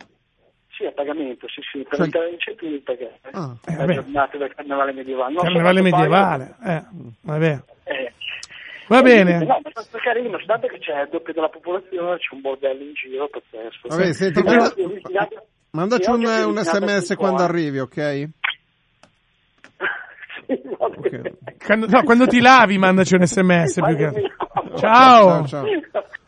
[SPEAKER 3] Sì, a pagamento, sì, sì, per
[SPEAKER 2] Cioè-
[SPEAKER 3] entrare in centro devi pagare.
[SPEAKER 2] Ah.
[SPEAKER 1] Eh,
[SPEAKER 3] La
[SPEAKER 1] vabbè.
[SPEAKER 3] giornata del carnevale medievale. Non so
[SPEAKER 1] Carnevale
[SPEAKER 3] quanto pago.
[SPEAKER 1] medievale. Eh, vabbè.
[SPEAKER 3] Eh.
[SPEAKER 1] Va
[SPEAKER 3] Eh,
[SPEAKER 1] bene.
[SPEAKER 3] No, ma è stato carino, dato che c'è il doppio della popolazione, c'è un bordello in giro, pazzesco.
[SPEAKER 2] Vabbè, senti,
[SPEAKER 3] Io
[SPEAKER 2] manda-
[SPEAKER 3] ho originato-
[SPEAKER 2] Mandaci
[SPEAKER 3] io
[SPEAKER 2] un,
[SPEAKER 3] ho
[SPEAKER 2] un
[SPEAKER 3] originato
[SPEAKER 2] sms
[SPEAKER 3] di
[SPEAKER 2] quando
[SPEAKER 3] qua.
[SPEAKER 2] arrivi, ok?
[SPEAKER 3] Sì, va bene.
[SPEAKER 1] Quando, no, quando ti lavi mandaci un sms Eh, più che...
[SPEAKER 3] Quando-
[SPEAKER 1] Ciao!
[SPEAKER 2] Ciao, ciao.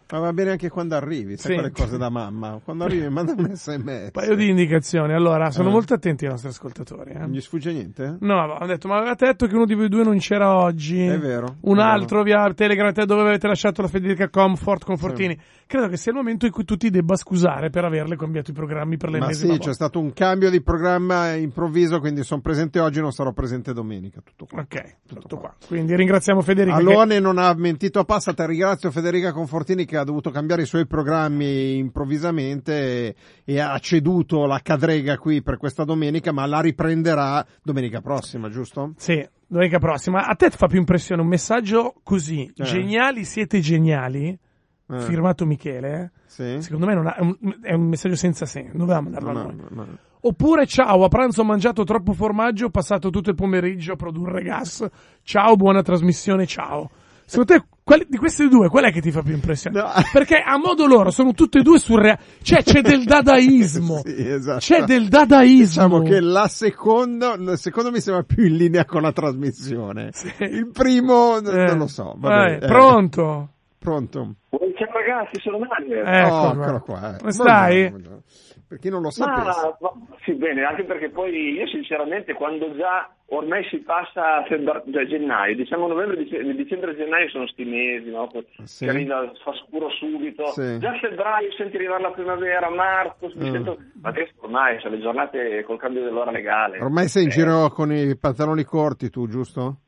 [SPEAKER 2] Ma va bene anche quando arrivi, sai
[SPEAKER 1] Sì.
[SPEAKER 2] quelle cose da mamma. Quando arrivi manda un sms.
[SPEAKER 1] Un paio di indicazioni. Allora, sono
[SPEAKER 2] Eh.
[SPEAKER 1] molto attenti ai nostri ascoltatori. eh.
[SPEAKER 2] Non gli sfugge niente?
[SPEAKER 1] No, hanno detto, ma avevate detto che uno di voi due non c'era oggi.
[SPEAKER 2] È vero,
[SPEAKER 1] Un
[SPEAKER 2] è vero.
[SPEAKER 1] altro via Telegram, te dove avete lasciato la Federica Comfort Confortini. Credo che sia il momento in cui tu ti debba scusare per averle cambiato i programmi per
[SPEAKER 2] Ma
[SPEAKER 1] l'ennesima
[SPEAKER 2] sì, c'è
[SPEAKER 1] volta.
[SPEAKER 2] stato un cambio di programma improvviso, quindi sono presente oggi, non sarò presente domenica. cioè, Tutto qua.
[SPEAKER 1] Ok, tutto qua. Quindi ringraziamo Federica. che-
[SPEAKER 2] Alone non ha mentito a passata, ringrazio Federica Confortini che ha dovuto cambiare i suoi programmi improvvisamente e, e ha ceduto la cadrega qui per questa domenica, ma la riprenderà domenica prossima, giusto?
[SPEAKER 1] Sì, domenica prossima. A te fa più impressione un messaggio così.
[SPEAKER 2] Eh.
[SPEAKER 1] Geniali, siete geniali.
[SPEAKER 2] Eh,
[SPEAKER 1] Firmato Michele.
[SPEAKER 2] sì?
[SPEAKER 1] Secondo me non ha- è, un, è un messaggio senza senso. Doveva mandarlo
[SPEAKER 2] No,
[SPEAKER 1] a noi.
[SPEAKER 2] no, no.
[SPEAKER 1] Oppure ciao, a pranzo ho mangiato troppo formaggio, ho passato tutto il pomeriggio a produrre gas. Ciao, buona trasmissione, ciao. Secondo te, qual- di queste due, qual è che ti fa più impressione?
[SPEAKER 2] No.
[SPEAKER 1] Perché a modo loro sono tutte e due surreali. Cioè, c'è del dadaismo.
[SPEAKER 2] Sì, esatto.
[SPEAKER 1] C'è del dadaismo.
[SPEAKER 2] Diciamo che la seconda, la seconda mi sembra più in linea con la trasmissione. Il primo, n-
[SPEAKER 1] Eh,
[SPEAKER 2] non lo so. vabbè,
[SPEAKER 1] vai,
[SPEAKER 2] eh,
[SPEAKER 1] Pronto?
[SPEAKER 2] pronto.
[SPEAKER 3] Ciao ragazzi, sono Mario.
[SPEAKER 1] Eh, Ecco
[SPEAKER 2] Oh,
[SPEAKER 1] qua.
[SPEAKER 2] eccolo qua. eh.
[SPEAKER 1] Come stai?
[SPEAKER 2] Buongiorno. Per chi non lo sapesse.
[SPEAKER 3] Ma, ma- sì, bene, anche perché poi io sinceramente quando già ormai si passa a febbraio, cioè gennaio, diciamo novembre, dice- dicembre e gennaio sono sti mesi, no?
[SPEAKER 2] Sì.
[SPEAKER 3] Che arriva- fa scuro subito.
[SPEAKER 2] Sì.
[SPEAKER 3] Già a febbraio senti arrivare la primavera, marzo, mi
[SPEAKER 2] Mm.
[SPEAKER 3] sento... Ma adesso ormai sono le giornate col cambio dell'ora legale.
[SPEAKER 2] Ormai sei in
[SPEAKER 3] Eh,
[SPEAKER 2] giro con i pantaloni corti tu, giusto?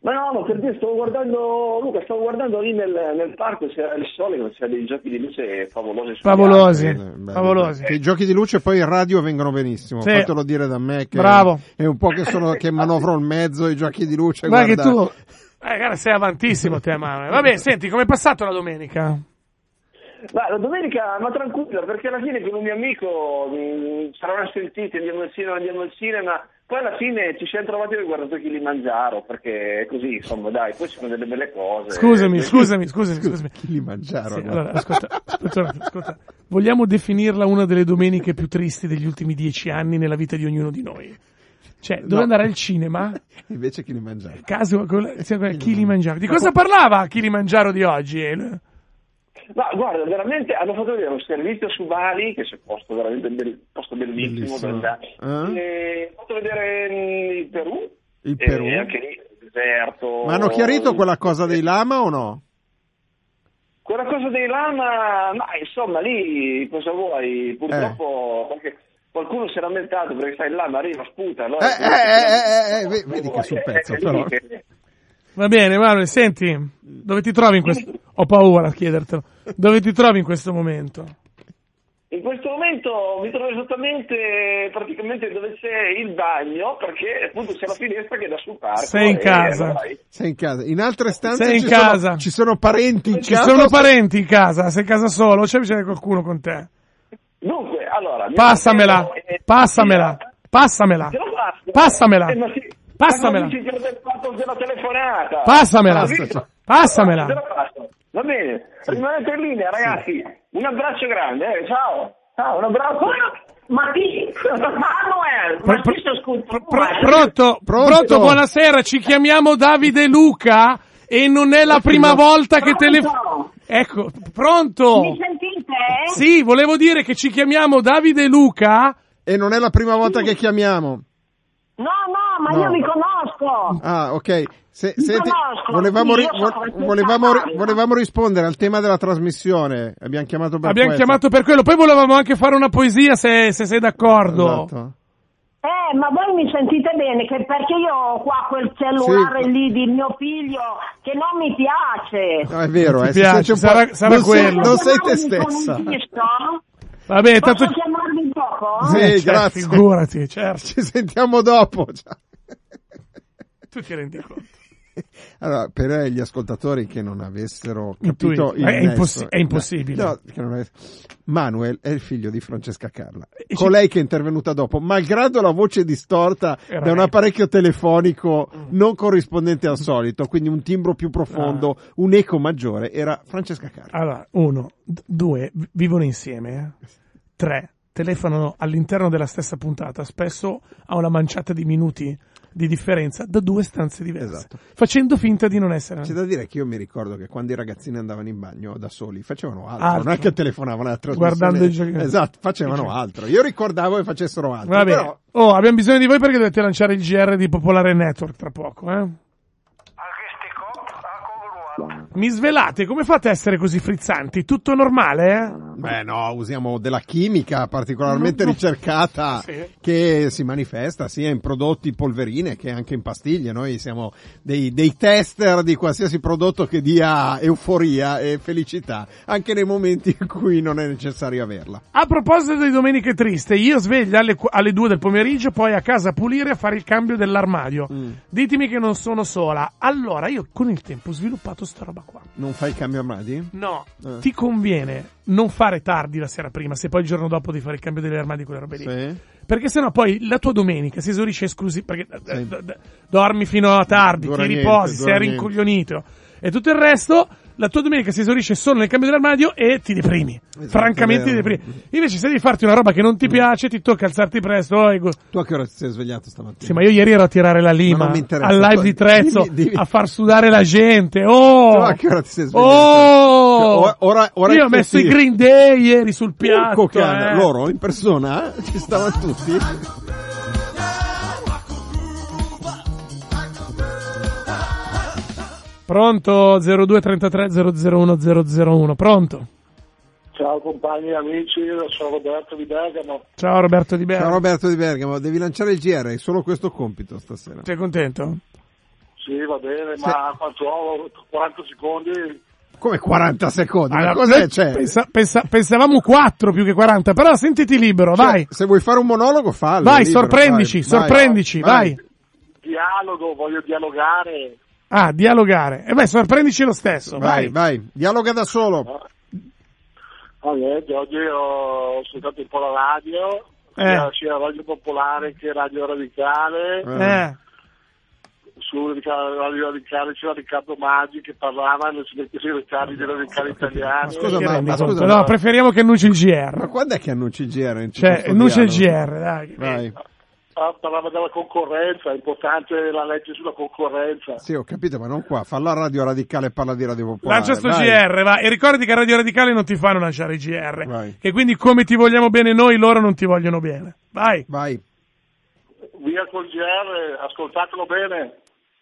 [SPEAKER 3] Ma no, ma per dire, stavo guardando, Luca, stavo guardando lì nel, nel parco, c'era il sole, c'era dei giochi di luce favolosi. sugli
[SPEAKER 1] Favolosi. Sì,
[SPEAKER 2] Eh, beh,
[SPEAKER 1] favolosi.
[SPEAKER 2] Che i giochi di luce poi in radio vengono benissimo.
[SPEAKER 1] Sì.
[SPEAKER 2] Fatelo dire da me che
[SPEAKER 1] Bravo.
[SPEAKER 2] è un po' che, sono, che manovro il mezzo i giochi di luce.
[SPEAKER 1] Guarda che
[SPEAKER 2] Cioè, guarda.
[SPEAKER 1] tu. Eh, guarda, sei avantissimo te, Manuel. Vabbè, senti, com'è passato la domenica?
[SPEAKER 3] Ma la domenica, ma tranquilla, perché alla fine con un mio amico mm, mh, saranno sentiti, andiamo al cinema, andiamo al cinema, poi alla fine ci siamo trovati per guardare chi li mangiaro, perché è così, insomma, dai, poi ci sono delle belle cose.
[SPEAKER 1] Scusami,
[SPEAKER 3] Eh,
[SPEAKER 1] scusami, scusami, scusami.
[SPEAKER 2] Chi li mangiarono?
[SPEAKER 1] Sì, allora, ascolta, aspetta, un attimo, ascolta. Vogliamo definirla una delle domeniche più tristi degli ultimi dieci anni nella vita di ognuno di noi? Cioè, dove
[SPEAKER 2] No.
[SPEAKER 1] andare al cinema?
[SPEAKER 2] Invece chi li mangiava?
[SPEAKER 1] Caso, quella- sì, quella- Kilimangiaro. Di cosa parlava Kilimangiaro di oggi? eh?
[SPEAKER 3] Ma guarda, veramente hanno fatto vedere un servizio su Bali, che è un posto veramente bel- posto bellissimo,
[SPEAKER 2] Bellissimo. Eh?
[SPEAKER 3] dove andare. E hanno fatto vedere mh, il Perù.
[SPEAKER 2] Il
[SPEAKER 3] e
[SPEAKER 2] Perù?
[SPEAKER 3] Eh, anche lì, il deserto.
[SPEAKER 2] Ma hanno chiarito quella cosa dei lama o no?
[SPEAKER 3] Quella cosa dei lama, ma insomma lì cosa vuoi? Purtroppo perché qualcuno si è lamentato perché sai il lama arriva, sputa. Allora,
[SPEAKER 2] Eh, eh, eh, eh, eh, vedi- vedi che sul pezzo,
[SPEAKER 3] Eh, eh,
[SPEAKER 2] però.
[SPEAKER 3] che-
[SPEAKER 1] Va bene, Manuel, senti, dove ti trovi in questo... Ho paura a chiedertelo. Dove ti trovi in questo momento?
[SPEAKER 3] In questo momento mi trovo esattamente praticamente dove c'è il bagno perché appunto c'è la finestra che dà sul parco.
[SPEAKER 1] Sei in
[SPEAKER 3] e
[SPEAKER 1] casa.
[SPEAKER 3] allora vai.
[SPEAKER 2] Sei in casa. In altre stanze
[SPEAKER 1] Sei in
[SPEAKER 2] ci,
[SPEAKER 1] casa.
[SPEAKER 2] Sono, ci sono parenti in
[SPEAKER 1] Ci
[SPEAKER 2] casa?
[SPEAKER 1] sono parenti in casa? Sei in casa solo? o C'è bisogno di qualcuno con te?
[SPEAKER 3] Dunque, allora... eh, mio
[SPEAKER 1] Passamela,
[SPEAKER 3] fratello è-
[SPEAKER 1] passamela, passamela,
[SPEAKER 3] Te eh, lo passo.
[SPEAKER 1] passamela,
[SPEAKER 3] Eh, ma sì,
[SPEAKER 1] passamela,
[SPEAKER 3] Ma non dici che ho fatto della telefonata.
[SPEAKER 1] Passamela.
[SPEAKER 3] Ma sì.
[SPEAKER 1] Passamela.
[SPEAKER 3] Te lo passo. Va bene, rimanete in linea ragazzi. Un abbraccio grande, eh. ciao. Ciao, un abbraccio.
[SPEAKER 4] Ma chi? Manuel,
[SPEAKER 1] Pro-
[SPEAKER 4] ma
[SPEAKER 1] pro-
[SPEAKER 4] chi si ascolta?
[SPEAKER 1] pro- pro- pronto, pronto, buonasera, ci chiamiamo Davide Luca e non è la prima volta che telefono.
[SPEAKER 4] Pronto?
[SPEAKER 1] Ecco, pronto?
[SPEAKER 4] Mi sentite?
[SPEAKER 1] Sì, volevo dire che ci chiamiamo Davide Luca.
[SPEAKER 2] E non è la prima volta che chiamiamo.
[SPEAKER 4] No, no, ma
[SPEAKER 2] No.
[SPEAKER 4] io vi conosco.
[SPEAKER 2] Ah, ok. Se-
[SPEAKER 4] Mi
[SPEAKER 2] senti,
[SPEAKER 4] conosco,
[SPEAKER 2] volevamo,
[SPEAKER 4] sì,
[SPEAKER 2] ri-
[SPEAKER 4] io sono
[SPEAKER 2] vo-
[SPEAKER 4] Francesca
[SPEAKER 2] volevamo ri-
[SPEAKER 4] Maria.
[SPEAKER 2] volevamo rispondere al tema della trasmissione. Abbiamo chiamato per
[SPEAKER 1] Abbiamo
[SPEAKER 2] questo.
[SPEAKER 1] chiamato per quello, poi volevamo anche fare una poesia se, se sei d'accordo.
[SPEAKER 2] Esatto.
[SPEAKER 4] Eh, ma voi mi sentite bene? Che perché io ho qua quel cellulare
[SPEAKER 2] Sì.
[SPEAKER 4] lì di mio figlio che non mi piace.
[SPEAKER 2] No, è vero,
[SPEAKER 1] Ti
[SPEAKER 2] eh, si
[SPEAKER 1] piace,
[SPEAKER 2] sente un
[SPEAKER 1] sarà-
[SPEAKER 2] po'-
[SPEAKER 1] sarà
[SPEAKER 2] non sei-
[SPEAKER 1] quello.
[SPEAKER 2] non sei te
[SPEAKER 4] Chiamarmi con
[SPEAKER 2] stessa.
[SPEAKER 4] un disco?
[SPEAKER 1] Vabbè, tanto...
[SPEAKER 4] Posso chiamarvi dopo?
[SPEAKER 2] Sì,
[SPEAKER 1] Eh, certo,
[SPEAKER 2] grazie.
[SPEAKER 1] Figurati, certo.
[SPEAKER 2] Ci sentiamo dopo. cioè. ciao.
[SPEAKER 1] Tu ti rendi conto.
[SPEAKER 2] Allora, per gli ascoltatori che non avessero
[SPEAKER 1] Intuito. Eh,
[SPEAKER 2] capito il
[SPEAKER 1] È
[SPEAKER 2] nesso-
[SPEAKER 1] impossi- è impossibile.
[SPEAKER 2] No, che non avess- Manuel è il figlio di Francesca Carla,
[SPEAKER 1] E Eh,
[SPEAKER 2] con
[SPEAKER 1] ci-
[SPEAKER 2] lei che è intervenuta dopo, malgrado la voce distorta
[SPEAKER 1] Era
[SPEAKER 2] da un
[SPEAKER 1] lei. Mm.
[SPEAKER 2] apparecchio telefonico non corrispondente al solito, quindi un timbro più profondo,
[SPEAKER 1] Ah.
[SPEAKER 2] un eco maggiore, era Francesca Carla.
[SPEAKER 1] Allora, uno, d- due, vi- vivono insieme. eh. Tre, telefonano all'interno della stessa puntata, spesso a una manciata di minuti di differenza da due stanze diverse,
[SPEAKER 2] Esatto.
[SPEAKER 1] facendo finta di non essere.
[SPEAKER 2] C'è da dire che io mi ricordo che quando i ragazzini andavano in bagno da soli facevano altro,
[SPEAKER 1] Altro.
[SPEAKER 2] non è che telefonavano alla trasmissione.
[SPEAKER 1] Guardando i giochi-
[SPEAKER 2] Esatto, facevano
[SPEAKER 1] i giochi.
[SPEAKER 2] altro. Io ricordavo che facessero altro,
[SPEAKER 1] Va bene.
[SPEAKER 2] però
[SPEAKER 1] Oh, abbiamo bisogno di voi perché dovete lanciare il GR di Popolare Network tra poco, eh. Mi svelate, come fate a essere così frizzanti? Tutto normale, eh?
[SPEAKER 2] Beh no, usiamo della chimica particolarmente
[SPEAKER 1] No, no.
[SPEAKER 2] ricercata
[SPEAKER 1] Sì.
[SPEAKER 2] che si manifesta sia in prodotti polverine che anche in pastiglie. Noi siamo dei, dei tester di qualsiasi prodotto che dia euforia e felicità, anche nei momenti in cui non è necessario averla.
[SPEAKER 1] A proposito di domeniche triste, io sveglio alle, qu- alle 2 del pomeriggio, poi a casa a pulire e a fare il cambio dell'armadio.
[SPEAKER 2] Mm.
[SPEAKER 1] Ditemi che non sono sola. Allora, io con il tempo ho sviluppato sta roba qua.
[SPEAKER 2] Non fai il cambio armadi?
[SPEAKER 1] No,
[SPEAKER 2] Eh.
[SPEAKER 1] ti conviene non fare tardi la sera prima, se poi il giorno dopo devi fare il cambio delle armadi con le robe lì.
[SPEAKER 2] Sì.
[SPEAKER 1] Perché sennò poi la tua domenica si esaurisce esclusi perché eh,
[SPEAKER 2] Sì.
[SPEAKER 1] d- d- dormi fino a tardi,
[SPEAKER 2] Dura
[SPEAKER 1] ti
[SPEAKER 2] niente,
[SPEAKER 1] riposi,
[SPEAKER 2] dura
[SPEAKER 1] sei
[SPEAKER 2] niente.
[SPEAKER 1] rincoglionito. e tutto il resto, la tua domenica si esaurisce solo nel cambio dell'armadio e ti deprimi.
[SPEAKER 2] Esatto,
[SPEAKER 1] Francamente ti
[SPEAKER 2] vero. Mm.
[SPEAKER 1] deprimi. Invece se devi farti una roba che non ti piace, ti tocca alzarti presto. oh, e go-
[SPEAKER 2] Tu a che ora ti sei svegliato stamattina?
[SPEAKER 1] Sì, ma io ieri ero a tirare la
[SPEAKER 2] Ma
[SPEAKER 1] lima
[SPEAKER 2] non mi interessa.
[SPEAKER 1] al live di Trezzo
[SPEAKER 2] Dimmi, dimmi.
[SPEAKER 1] a far sudare la gente. Oh!
[SPEAKER 2] Tu a che ora ti sei svegliato?
[SPEAKER 1] Oh!
[SPEAKER 2] Cioè, o- ora- ora
[SPEAKER 1] io
[SPEAKER 2] che
[SPEAKER 1] ho messo
[SPEAKER 2] sì.
[SPEAKER 1] i Green Day ieri sul piatto.
[SPEAKER 2] Porco cane,
[SPEAKER 1] eh.
[SPEAKER 2] loro in persona eh, ci stavano tutti.
[SPEAKER 1] Pronto 0233 001 001. Pronto.
[SPEAKER 3] Ciao compagni e amici, io sono Roberto di Bergamo.
[SPEAKER 1] Ciao Roberto Di Bergamo.
[SPEAKER 2] Ciao Roberto di Bergamo, devi lanciare il GR, è solo questo compito stasera.
[SPEAKER 1] Sei contento?
[SPEAKER 3] Sì, va bene, ma quanto ho? 40 secondi?
[SPEAKER 2] Come 40 secondi?
[SPEAKER 1] Allora,
[SPEAKER 2] ma cos'è?
[SPEAKER 1] pe-
[SPEAKER 2] Cioè,
[SPEAKER 1] pensa- pensa- pensavamo 4 più che 40, però sentiti libero,
[SPEAKER 2] cioè,
[SPEAKER 1] vai.
[SPEAKER 2] Se vuoi fare un monologo, fallo.
[SPEAKER 1] Vai,
[SPEAKER 2] libero,
[SPEAKER 1] sorprendici,
[SPEAKER 2] vai,
[SPEAKER 1] sorprendici, vai.
[SPEAKER 3] Dialogo, voglio dialogare.
[SPEAKER 1] Ah, dialogare. E beh, sorprendici lo stesso,
[SPEAKER 2] Vai,
[SPEAKER 1] vai.
[SPEAKER 2] vai, dialoga da solo.
[SPEAKER 3] Va bene, oggi ho ascoltato un po' la radio,
[SPEAKER 1] Eh.
[SPEAKER 3] sia la radio popolare che radio radicale.
[SPEAKER 1] Eh,
[SPEAKER 3] Su radio radicale c'era Riccardo Maggi che parlava nel silenzio dei radicali, dei radicali italiani.
[SPEAKER 2] Ma scusa,
[SPEAKER 1] ti
[SPEAKER 2] ma-
[SPEAKER 1] rendi
[SPEAKER 2] ma
[SPEAKER 1] conto?
[SPEAKER 2] scusa,
[SPEAKER 1] no,
[SPEAKER 2] ma-
[SPEAKER 1] preferiamo che annunci il
[SPEAKER 2] Ma
[SPEAKER 1] GR.
[SPEAKER 2] quando è che annunci il GR? in tutto
[SPEAKER 1] Cioè,
[SPEAKER 2] questo
[SPEAKER 1] annuncia il
[SPEAKER 2] dialogo?
[SPEAKER 1] GR, dai.
[SPEAKER 2] Vai.
[SPEAKER 3] Ah, parlava della concorrenza, è importante la legge sulla concorrenza.
[SPEAKER 2] Sì, ho capito, ma non qua. Falla Radio Radicale e parla di Radio Popolare.
[SPEAKER 1] Lancia sto
[SPEAKER 2] vai.
[SPEAKER 1] GR, va. E ricordi che a Radio Radicale non ti fanno lanciare i GR.
[SPEAKER 2] Vai.
[SPEAKER 1] Che quindi come ti vogliamo bene noi, loro non ti vogliono bene. Vai.
[SPEAKER 2] Vai.
[SPEAKER 3] Via col GR, ascoltatelo bene.